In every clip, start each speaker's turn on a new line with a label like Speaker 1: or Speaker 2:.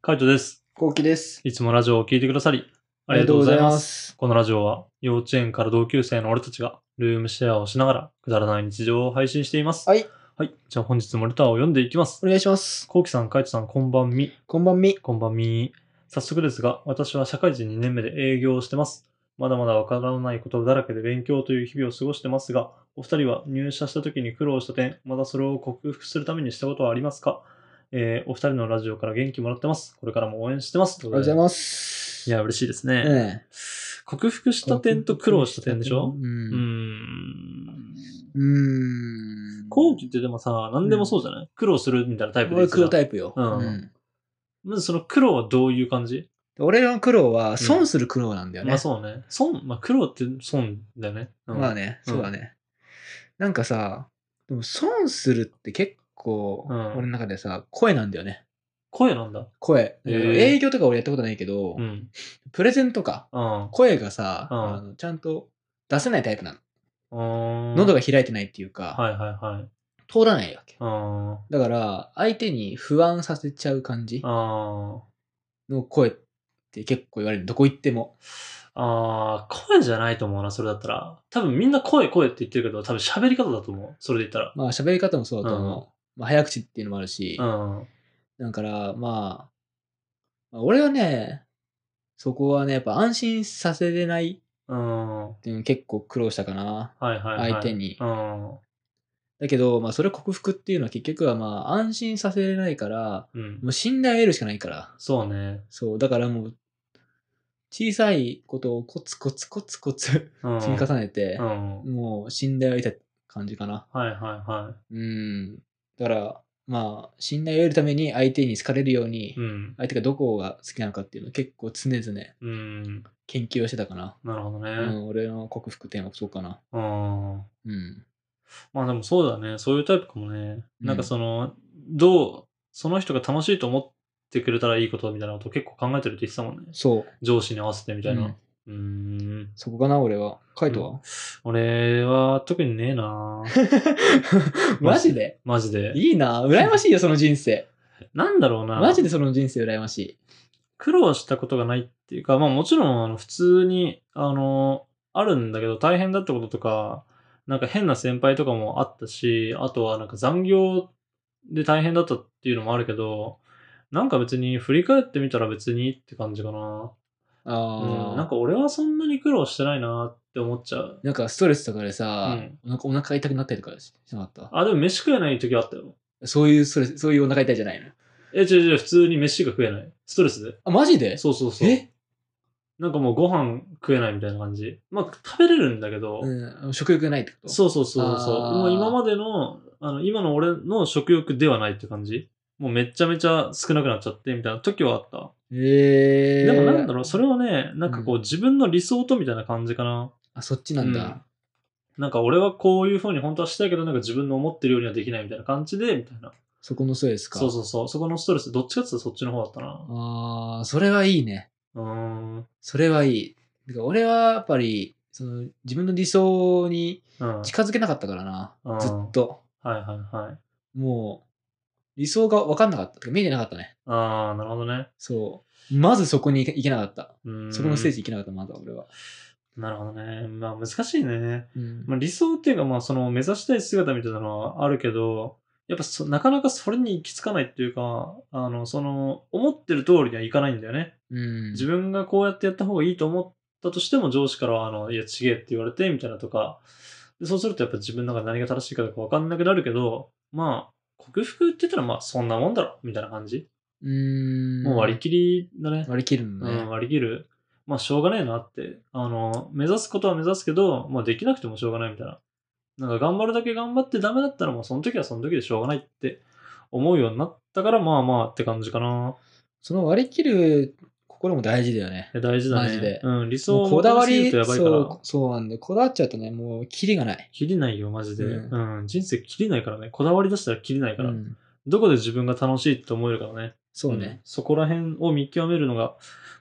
Speaker 1: カイトです。
Speaker 2: こうきです。
Speaker 1: いつもラジオを聴いてくださり、ありがとうございます。
Speaker 2: す。
Speaker 1: このラジオは、幼稚園から同級生の俺たちが、ルームシェアをしながら、くだらない日常を配信しています。
Speaker 2: はい。
Speaker 1: はい。じゃあ本日もレターを読んでいきます
Speaker 2: お。願いします。
Speaker 1: コウキさん、カイトさん、こんばんみ。
Speaker 2: こんばんみ。
Speaker 1: こんばんみ。早速ですが、私は社会人2年目で営業をしてます。まだまだわからないことだらけで勉強という日々を過ごしてますが、お二人は入社した時に苦労した点、またそれを克服するためにしたことはありますかえー、お二人のラジオから元気もらってます。これからも応援してます。あ
Speaker 2: おはようござい
Speaker 1: す。
Speaker 2: ます。
Speaker 1: いや、嬉しいですね。
Speaker 2: ええ、
Speaker 1: 克服した点と苦労した点でしょ
Speaker 2: う。
Speaker 1: うんん。
Speaker 2: うん。
Speaker 1: 後期ってでもさ、何でもそうじゃない、苦労するみたいなタイプで
Speaker 2: 俺
Speaker 1: いくじゃ
Speaker 2: 黒
Speaker 1: ん
Speaker 2: タイプよ。
Speaker 1: うん
Speaker 2: うん
Speaker 1: まずその苦労はどういう感じ、
Speaker 2: 俺の苦労は、損する苦労なんだよね。
Speaker 1: まあそうね。損、まあ苦労って損だよね。うん
Speaker 2: まあ。ね、
Speaker 1: うん
Speaker 2: そうだね。なんかさ、でも損するって結構、
Speaker 1: うん
Speaker 2: 俺の中でさ、声なんだよね。
Speaker 1: 声なんだ。
Speaker 2: 声。
Speaker 1: へえ
Speaker 2: 営業とか俺やったことないけど
Speaker 1: う、ん。
Speaker 2: プレゼンとか、
Speaker 1: うん。
Speaker 2: 声がさ、
Speaker 1: うん
Speaker 2: あのちゃんと出せないタイプなの。喉
Speaker 1: 喉
Speaker 2: が開いてないっていうか、
Speaker 1: はいはいはい。
Speaker 2: 通らないわけ。
Speaker 1: あ
Speaker 2: だから、相手に不安させちゃう感じ
Speaker 1: ーあー。
Speaker 2: の声って結構言われる。どこ行っても。
Speaker 1: あー声じゃないと思うな、それだったら。多分みんな声声って言ってるけど、多分喋り方だと思う。それで言ったら。
Speaker 2: まあ、喋り方もそうだと思う。まあ、早口っていうのもあるし。
Speaker 1: うん。
Speaker 2: だから、まあ、まあ俺はね、そこはね、やっぱ安心させれない
Speaker 1: うん。は
Speaker 2: っていうの結構苦労したかな。
Speaker 1: いはいはい。
Speaker 2: 相手に。
Speaker 1: うん。
Speaker 2: だけど、まあ、それを克服っていうのは結局はまあ、安心させれないから、
Speaker 1: うん。
Speaker 2: もう信頼を得るしかないから。
Speaker 1: そうね。
Speaker 2: そう、だからもう、小さいことをコツコツコツコツ
Speaker 1: うん。
Speaker 2: 積み重ねて、
Speaker 1: うん。
Speaker 2: もう信頼を得た感じかな。
Speaker 1: はいはいは
Speaker 2: うん。だから、まあ、信頼を得るために相手に好かれるように、
Speaker 1: い。うん。
Speaker 2: 相手がどこが好きなのかっていうのを結構常々
Speaker 1: うん。
Speaker 2: 研究をしてたかな。
Speaker 1: なるほどね。
Speaker 2: うん、俺の克服点はそうかな。
Speaker 1: うん。
Speaker 2: うん。
Speaker 1: まあでもそうだね。そういうタイプかもね。
Speaker 2: うん
Speaker 1: なんかその、どう、その人が楽しいと思ってくれたらいいことみたいなことを結構考えてるって言ってたもんね。
Speaker 2: そう。
Speaker 1: 上司に合わせてみたいな。
Speaker 2: うん
Speaker 1: うーん。
Speaker 2: そこかな、俺は。カイトは、
Speaker 1: 俺は特にねえな
Speaker 2: マジで
Speaker 1: マジで。
Speaker 2: いいな。羨ましいよ、その人生。
Speaker 1: なんだろうな。
Speaker 2: マジでその人生羨ましい。
Speaker 1: 苦労したことがないっていうか、まあもちろんあの普通に、あの、あるんだけど大変だったこととか、なんか変な先輩とかもあったし、あとはなんか残業で大変だったっていうのもあるけど、なんか別に振り返ってみたら別にって感じかな。
Speaker 2: ああ、
Speaker 1: うん、
Speaker 2: な
Speaker 1: なんん
Speaker 2: か。
Speaker 1: か俺はそんなに苦労してないなって思っちゃう。
Speaker 2: ストレスとかでさ、
Speaker 1: うん
Speaker 2: お腹お腹痛くなったりとかししなかっ
Speaker 1: あ、でも飯食えない時はあったよ。
Speaker 2: たそういうストレス、そういうお腹痛いじゃないの
Speaker 1: え、違う違う、普通に飯が食えない。ストレスで。
Speaker 2: あ、マジで
Speaker 1: そうそうそう。
Speaker 2: え
Speaker 1: なんかもうご飯食えないみたいな感じ。まあ食べれるんだけど、
Speaker 2: うん、食欲がないってこと
Speaker 1: そうそうそうそう。
Speaker 2: あー
Speaker 1: もう今までの、あの、今の俺の食欲ではないって感じ。もうめちゃめちゃ少なくなっちゃってみたいな時はあった。
Speaker 2: ええー。
Speaker 1: でもなんだろう、それはね、なんかこう、
Speaker 2: うん
Speaker 1: 自分の理想とみたいな感じかな。
Speaker 2: あ、そっちなんだ。
Speaker 1: なんか俺はこういう風に本当はしたいけど、なんか自分の思ってるようにはできないみたいな感じで、みたいな。
Speaker 2: そこのストレスか。
Speaker 1: そうそうそう。そこのストレス、どっちかって言ったらそっちの方だったな。
Speaker 2: ああ、それはいいね。
Speaker 1: うーん。
Speaker 2: それはいい。てか俺はやっぱり、その自分の理想に
Speaker 1: うん。はい
Speaker 2: 近づけなかったからな。
Speaker 1: うん
Speaker 2: ずっと。
Speaker 1: はいはい。
Speaker 2: もう、理想が分かんなかった。てか見えてなかったね。
Speaker 1: あー、なるほどね。
Speaker 2: そう。まずそこに行け行けなかった。
Speaker 1: うーん。
Speaker 2: そこのステージ行けなかった、まだ俺は。
Speaker 1: なるほどね。まあ難しいね。
Speaker 2: うん
Speaker 1: まあ、理想っていうか、まあ、その目指したい姿みたいなのはあるけど、やっぱそなかなかそれに行き着かないっていうか、あの、その、思ってる通りにはいかないんだよね。
Speaker 2: うん
Speaker 1: 自分がこうやってやった方がいいと思ったとしても、上司からは、あの、いや、ちげえって言われて、みたいなとか、でそうするとやっぱ自分の中で何が正しいかとかわかんなくなるけど、まあ、克服って言ったら、まあ、そんなもんだろ、みたいな感じ。
Speaker 2: うん。
Speaker 1: もう割り切りだね。
Speaker 2: 割り切るの
Speaker 1: うん、
Speaker 2: ね。
Speaker 1: 割り切る。まあ、しょうがねえなって。あの、目指すことは目指すけど、まあ、できなくてもしょうがないみたいな。なんか、頑張るだけ頑張ってダメだったら、もう、その時はその時でしょうがないって思うようになったから、まあまあって感じかな。
Speaker 2: その割り切る心も大事だよね。
Speaker 1: え大事だね。
Speaker 2: マジで
Speaker 1: うん、理想
Speaker 2: も
Speaker 1: を
Speaker 2: うこだわ
Speaker 1: 求めす
Speaker 2: り、
Speaker 1: ぎるとやばいから。
Speaker 2: そう、そうなんで、こだわっちゃうとね、もう、キリがない。
Speaker 1: 切りないよ、マジで。う、
Speaker 2: うん
Speaker 1: 人生切りないからね。こだわり出したら切りないから。
Speaker 2: うん
Speaker 1: どこで自分が楽しいって思えるからね。
Speaker 2: そう
Speaker 1: うん
Speaker 2: ね。
Speaker 1: そこら辺を見極めるのが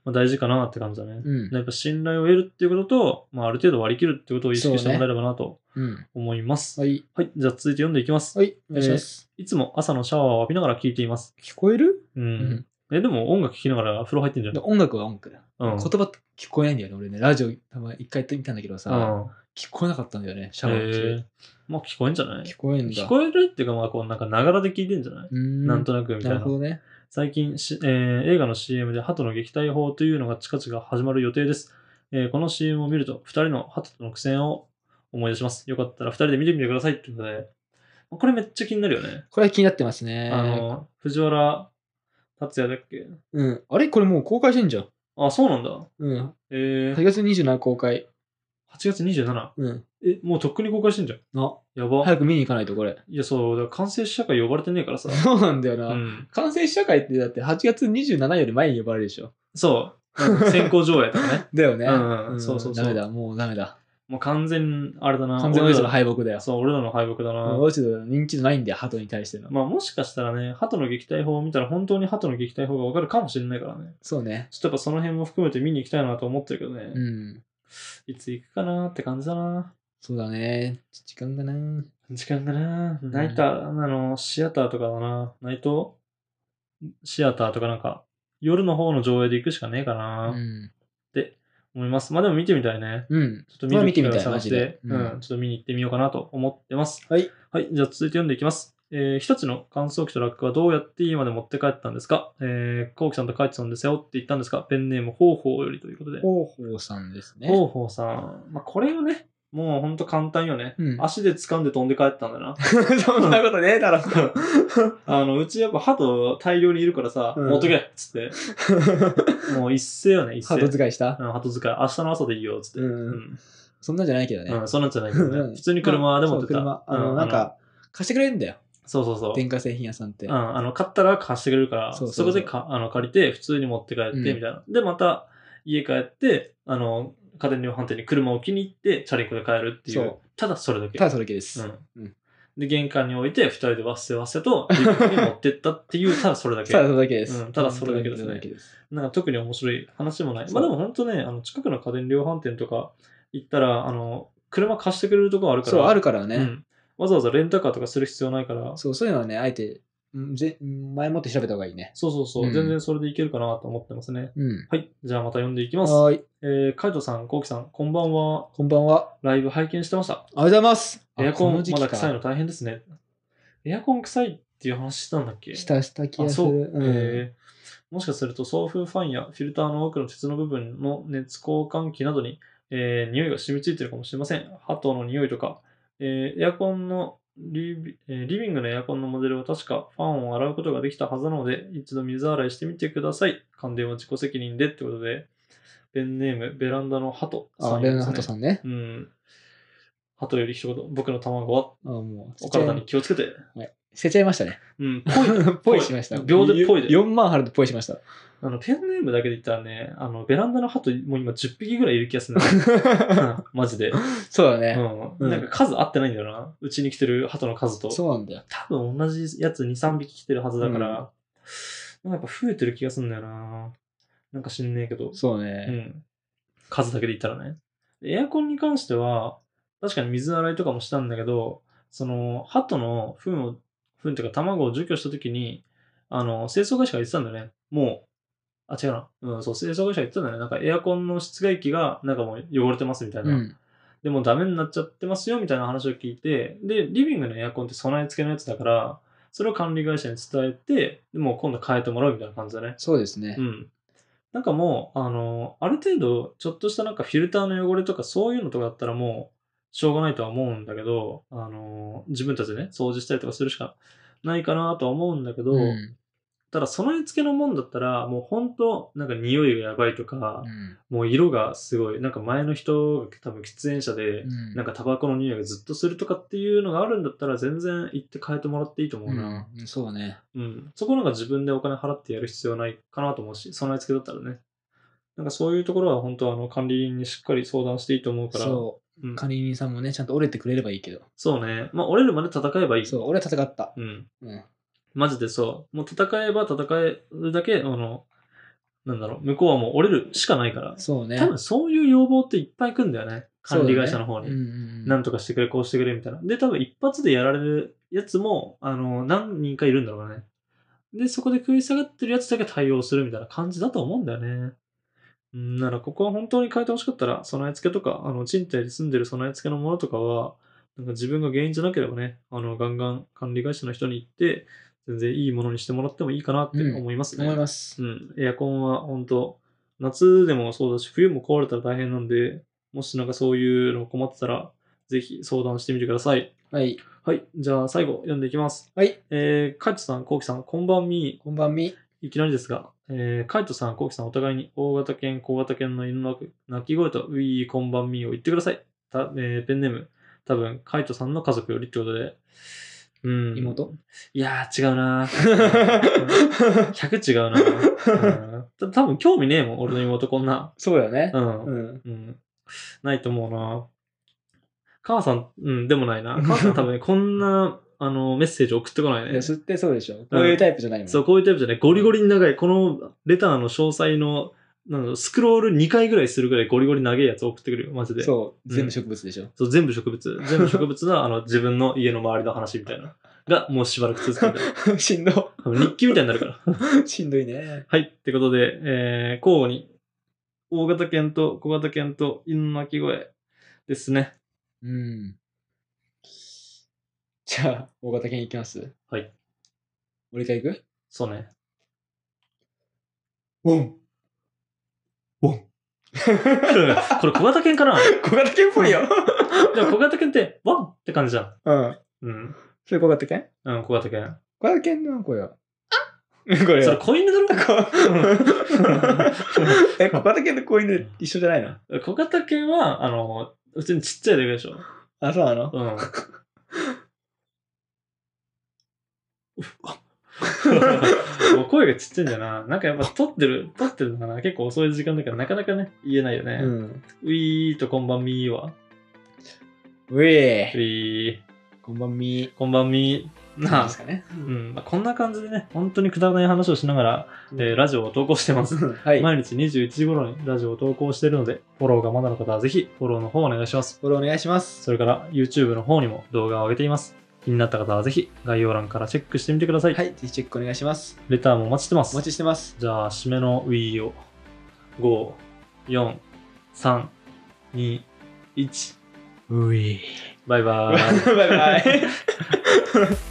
Speaker 1: まあ大事かなって感じだね。
Speaker 2: うん。
Speaker 1: やっぱ信頼を得るっていうことと、まあ、ある程度割り切るっていうことを意識してもらえればなと
Speaker 2: うん。
Speaker 1: 思います。
Speaker 2: はい。
Speaker 1: はい、じゃあ続いて読んでいきます。
Speaker 2: はい。お願いします。
Speaker 1: いつも朝のシャワーを浴びながら聞いています。
Speaker 2: 聞こえる
Speaker 1: うん。
Speaker 2: うん
Speaker 1: え、でも音楽聴きながら風呂入ってんじゃん。
Speaker 2: で音楽は音楽だよ。
Speaker 1: うん。
Speaker 2: 言葉聞こえないんだよね、俺ね。ラジオ、たま一回やってみたんだけどさ、
Speaker 1: うん。
Speaker 2: 聞こえなかったんだよね、シャワー
Speaker 1: え
Speaker 2: 中
Speaker 1: ー。、まあ聞こえんじゃない
Speaker 2: 聞こえんだ。
Speaker 1: 聞こえるっていうか、まあこうなんかながらで聞いてんじゃない、
Speaker 2: うーん
Speaker 1: なんとなくみたい
Speaker 2: なる
Speaker 1: な。
Speaker 2: ほどね。
Speaker 1: 最近し、えー映画の CM で鳩の撃退法というのが近々始まる予定です。えーこの CM を見ると、二人の鳩との苦戦を思い出します。よかったら二人で見てみてくださいってことで、まあこれめっちゃ気になるよね。
Speaker 2: これは気になってますね。
Speaker 1: あの、藤原達也だっけ
Speaker 2: うん。あれこれもう公開してんじゃん。
Speaker 1: あ、そうなんだ。
Speaker 2: うん。
Speaker 1: え
Speaker 2: 8
Speaker 1: ー、
Speaker 2: 月27公開。
Speaker 1: 8月27。
Speaker 2: うん。
Speaker 1: え、もうとっくに公開してんじゃん。
Speaker 2: あ、
Speaker 1: やば。
Speaker 2: 早く見に行かないと、これ。
Speaker 1: いや、そう、だから完成社会呼ばれてねえからさ。
Speaker 2: そうなんだよな。
Speaker 1: うん。
Speaker 2: 完成試写会ってだって8月27より前に呼ばれるでしょ。
Speaker 1: そう。なんか先行上映とかね。
Speaker 2: だよね。
Speaker 1: うんうんそうそうそう
Speaker 2: ダメだ、もうダメだ。
Speaker 1: もう完全、あれだな。
Speaker 2: 完全にその
Speaker 1: 俺ら
Speaker 2: 敗北だよ。
Speaker 1: そう、俺らの敗北だな。
Speaker 2: もうちょっと認知度ないんだよ、鳩に対しての。
Speaker 1: まあもしかしたらね、鳩の撃退法を見たら本当に鳩の撃退法がわかるかもしれないからね。
Speaker 2: そうね。
Speaker 1: ちょっとやっぱその辺も含めて見に行きたいなと思ってるけどね。
Speaker 2: うん。
Speaker 1: いつ行くかなって感じだな。
Speaker 2: そうだね。時間がな。
Speaker 1: 時間だな。ナイター、あの、シアターとかだな。ナイトシアターとかなんか、夜の方の上映で行くしかねえか
Speaker 2: う
Speaker 1: な、っ
Speaker 2: ん。
Speaker 1: て思います。まあでも見てみたいね。
Speaker 2: うん。
Speaker 1: ちょっと見る機会を
Speaker 2: それ
Speaker 1: 探
Speaker 2: は見てみたいマ
Speaker 1: し
Speaker 2: ジ
Speaker 1: て
Speaker 2: で、
Speaker 1: う
Speaker 2: うん
Speaker 1: ん、ちょっと見に行ってみようかなと思ってます。
Speaker 2: はい。
Speaker 1: はい、じゃあ続いて読んでいきます。えー、日立の乾燥機とラックはどうやって家まで持って帰ったんですかえー、こうきさんとかいちさんで背負って言ったんですかペンネーム、ほうほうよりということで。
Speaker 2: 広報さんですね。
Speaker 1: ほうほうさん。まあ、これをね、もうほんと簡単よね。
Speaker 2: うん
Speaker 1: 足で掴んで飛んで帰ったんだ な。
Speaker 2: そんなことねえ だろ。
Speaker 1: あの、うちやっぱ鳩大量にいるからさ、
Speaker 2: うん
Speaker 1: 持ってけっつって。もう一斉よね、一斉。
Speaker 2: 鳩使いした
Speaker 1: うん鳩使い。明日の朝でいいよっつって。
Speaker 2: うんそんなんじゃないけどね。
Speaker 1: うん、
Speaker 2: う
Speaker 1: そんなんじゃないけどね。
Speaker 2: ん
Speaker 1: 普通に車で持ってた。
Speaker 2: まあそう車。あの、
Speaker 1: う
Speaker 2: なん、か、貸してくれるんだよ。
Speaker 1: そうそうそう。
Speaker 2: 電化製品屋さんって。
Speaker 1: うん、あの、買ったら貸してくれるから、そ
Speaker 2: そうそうそう
Speaker 1: こでかあの借りて、普通に持って帰って、
Speaker 2: うん
Speaker 1: みたいな。で、また、家帰って、あの、家電量販店に車を置きに行って、チャリンコで帰るってい
Speaker 2: そうう。
Speaker 1: ただそれだけ。
Speaker 2: ただそれだけです。
Speaker 1: うん
Speaker 2: うん
Speaker 1: で、玄関に置いて、二人でわっせわっせと、リュックに持ってったっていう、 ただそれだけ。
Speaker 2: ただそれだけです。
Speaker 1: うんただそれだけですね
Speaker 2: たです
Speaker 1: なんか特に面白い話もない。
Speaker 2: そう
Speaker 1: まあでも本当ね、あの近くの家電量販店とか行ったら、あの、車貸してくれるとこあるから。
Speaker 2: そう、あるからね。
Speaker 1: うんわざわざレンタカーとかする必要ないから、
Speaker 2: そう、そういうのはね、あえて、んぜ前もって調べた方がいいね。
Speaker 1: そうそうそう、
Speaker 2: うん
Speaker 1: 全然それでいけるかなと思ってますね。
Speaker 2: うん。
Speaker 1: はい。じゃあまた読んでいきます。
Speaker 2: はーい。
Speaker 1: えー、カイトさん、コウキさん、こんばんは。
Speaker 2: こんばんは。
Speaker 1: ライブ拝見してました。
Speaker 2: ありがとうございます。
Speaker 1: エアコ
Speaker 2: あこ
Speaker 1: ン
Speaker 2: の時
Speaker 1: ま
Speaker 2: 期
Speaker 1: だ
Speaker 2: か
Speaker 1: 臭いの大変ですね。エアコン臭いっていう話したんだっけ
Speaker 2: したした気
Speaker 1: あ、
Speaker 2: がす
Speaker 1: そ
Speaker 2: る。
Speaker 1: う。
Speaker 2: うん
Speaker 1: えーもしかすると送風ファンやフィルターの奥の鉄の部分の熱交換器などに、えー匂いが染みついてるかもしれません。鳩の匂いとか、えーエアコンのリビ、えーリビングのエアコンのモデルは確かファンを洗うことができたはずなので、一度水洗いしてみてください。関電は自己責任でってことで、ペンネーム、ベランダの鳩
Speaker 2: あ、レオナハトさ
Speaker 1: ん。
Speaker 2: んね。
Speaker 1: うん。鳩より一言、僕の卵は
Speaker 2: あ、もう、
Speaker 1: お体に気をつけて。
Speaker 2: 捨てちゃいまし たね。
Speaker 1: うん。
Speaker 2: ぽいしました。
Speaker 1: 秒でぽいで
Speaker 2: 4万払ってぽいしました。
Speaker 1: あの、ペンネームだけで言ったらね、あの、ベランダの鳩、もう今10匹ぐらいいる気がするんだ うんマジで。
Speaker 2: そうだ
Speaker 1: う
Speaker 2: ね。
Speaker 1: ん。
Speaker 2: うん
Speaker 1: なんか数合ってないんだよな。うちに来てる鳩の数と。
Speaker 2: そうなんだよ。
Speaker 1: 多分同じやつ2、3匹来てるはずだから、なんか増えてる気がするんだよな。なんか知んねえけど。
Speaker 2: そう
Speaker 1: う
Speaker 2: ね。
Speaker 1: ん。数だけで言ったらね。エアコンに関しては、確かに水洗いとかもしたんだけど、その、鳩の糞を、糞というか卵を除去したときに、あの、清掃会社が言ってたんだよね。もう、あ、違うな。うん、そう、清掃会社が言ってたんだよね。なんかエアコンの室外機が、なんかもう汚れてますみたいな。
Speaker 2: うん。
Speaker 1: でもダメになっちゃってますよみたいな話を聞いて、で、リビングのエアコンって備え付けのやつだから、それを管理会社に伝えて、でもう今度変えてもらうみたいな感じだね。
Speaker 2: そうですね
Speaker 1: う。ん。なんかもう、あの、ある程度、ちょっとしたなんかフィルターの汚れとかそういうのとかだったらもう、しょうがないとは思うんだけど、あの、自分たちでね、掃除したりとかするしかないかなとは思うんだけど、
Speaker 2: うん
Speaker 1: ただ備え付けのもんだったら、もう本当なんか匂いがやばいとか
Speaker 2: う、ん
Speaker 1: もう色がすごい、なんか前の人が多分喫煙者で、
Speaker 2: うん
Speaker 1: なんかタバコの匂いがずっとするとかっていうのがあるんだったら、全然行って変えてもらっていいと思うな。
Speaker 2: うんそうだね。
Speaker 1: うん。そこなんか自分でお金払ってやる必要ないかなと思うし、備え付けだったらね。なんかそういうところは本当あの管理人にしっかり相談していいと思うから。。
Speaker 2: そうう。
Speaker 1: ん、
Speaker 2: 管理人さんもね、ちゃんと折れてくれればいいけど。
Speaker 1: そうね。まあ折れるまで戦えばいい。
Speaker 2: そう、俺は戦った。
Speaker 1: うん。
Speaker 2: うん。
Speaker 1: マジでそう。もう戦えば戦えるだけ、あの、なんだろう、向こうはもう折れるしかないから。
Speaker 2: そうね。
Speaker 1: 多分そういう要望っていっぱい来るんだよね。管理会社の方に。
Speaker 2: そうだねうんうんうん
Speaker 1: なんとかしてくれ、こうしてくれ、みたいな。で、多分一発でやられるやつも、あの、何人かいるんだろうね。で、そこで食い下がってるやつだけ対応するみたいな感じだと思うんだよね。うん、ならここは本当に変えてほしかったら、備え付けとか、あの、賃貸で住んでる備え付けのものとかは、なんか自分が原因じゃなければね、あの、ガンガン管理会社の人に行って、全然いいものにしてもらってもいいかなって
Speaker 2: うん
Speaker 1: 思いますね。
Speaker 2: 思います。
Speaker 1: うん、エアコンは本当、夏でもそうだし、冬も壊れたら大変なんで、もしなんかそういうの困ってたら、ぜひ相談してみてください。
Speaker 2: はい。
Speaker 1: はい、じゃあ最後読んでいきます。
Speaker 2: はい。
Speaker 1: えー、カイトさん、コウキさん、こんばんみ。
Speaker 2: こんばんみ。
Speaker 1: いきなりですが、えー、カイトさん、コウキさん、お互いに大型犬、小型犬の犬の鳴き声と、ウィー、こんばんみを言ってください。たえー、ペンネーム、多分、カイトさんの家族よりってことで。うん。
Speaker 2: 妹
Speaker 1: いやー、違うな ー。うん100違うな。うん、た多分興味ねえもん、俺の妹こんな。
Speaker 2: そうだよね
Speaker 1: う。ん。
Speaker 2: う
Speaker 1: うん。
Speaker 2: ん。
Speaker 1: ないと思うな。母さん、うん、でもないな。母さん多分ね、こんな、あの、メッセージ送ってこない
Speaker 2: いや、
Speaker 1: ね。
Speaker 2: 吸ってそうでしょ。こういうタイプじゃないもん。
Speaker 1: そう、こういうタイプじゃない。ゴリゴリに長い。このレターの詳細の、なんだろうスクロール2回ぐらいするぐらいゴリゴリ長いやつ送ってくるよ、マジで。そう。
Speaker 2: そう。全部植物でしょ。
Speaker 1: 全部植物。全部植物の、あの、自分の家の周りの話みたいな。が、もうしばらく続くみたいな
Speaker 2: しんど。
Speaker 1: 多分日記みたいになるから。
Speaker 2: しんどいね。
Speaker 1: はい。ってことで、えー、交互に、大型犬と小型犬と犬の鳴き声ですね。
Speaker 2: うん。じゃあ、大型犬いきます
Speaker 1: はい。
Speaker 2: 俺から行く
Speaker 1: そうね。
Speaker 2: ウォン。ウ ォン。
Speaker 1: これ小型犬かな
Speaker 2: 小型犬っぽいよ。
Speaker 1: でも小型犬って、ワンって感じじゃん。
Speaker 2: うん。
Speaker 1: うん。
Speaker 2: それ小型犬
Speaker 1: うん、小型犬。
Speaker 2: 小型犬の声は。あ これ
Speaker 1: それ
Speaker 2: よ。
Speaker 1: 子犬だろ
Speaker 2: え、小型犬と子犬一緒じゃないの
Speaker 1: 小型犬は、あの、普通にちっちゃいだけでしょ。
Speaker 2: あ、そうなの
Speaker 1: うん。 もう声がちっちゃいんだよな。なんかやっぱ撮ってる、撮ってるのかな。結構遅い時間だからなかなかね、言えないよね。
Speaker 2: うん。
Speaker 1: ウィーとこんばんみーは。
Speaker 2: うえ
Speaker 1: ウィー、
Speaker 2: こんばんみ。
Speaker 1: こんばんみー。
Speaker 2: なん
Speaker 1: な
Speaker 2: ですかね。
Speaker 1: あ、うんまあ、こんな感じでね、本当にくだらない話をしながら、えーラジオを投稿してます。
Speaker 2: はい。
Speaker 1: 毎日21時頃にラジオを投稿しているので、フォローがまだの方はぜひフォローの方お願いします。
Speaker 2: フォローお願いします。
Speaker 1: それから YouTube の方にも動画を上げています。気になった方はぜひ概要欄からチェックしてみてください。
Speaker 2: はい、ぜひチェックお願いします。
Speaker 1: レターもお待ちしてま
Speaker 2: お
Speaker 1: す。
Speaker 2: 待ちしてます。
Speaker 1: じゃあ、締めの Wii を。5、4、3、2、1。
Speaker 2: うえ
Speaker 1: バイバ
Speaker 2: バ
Speaker 1: ーイ。
Speaker 2: イバイ。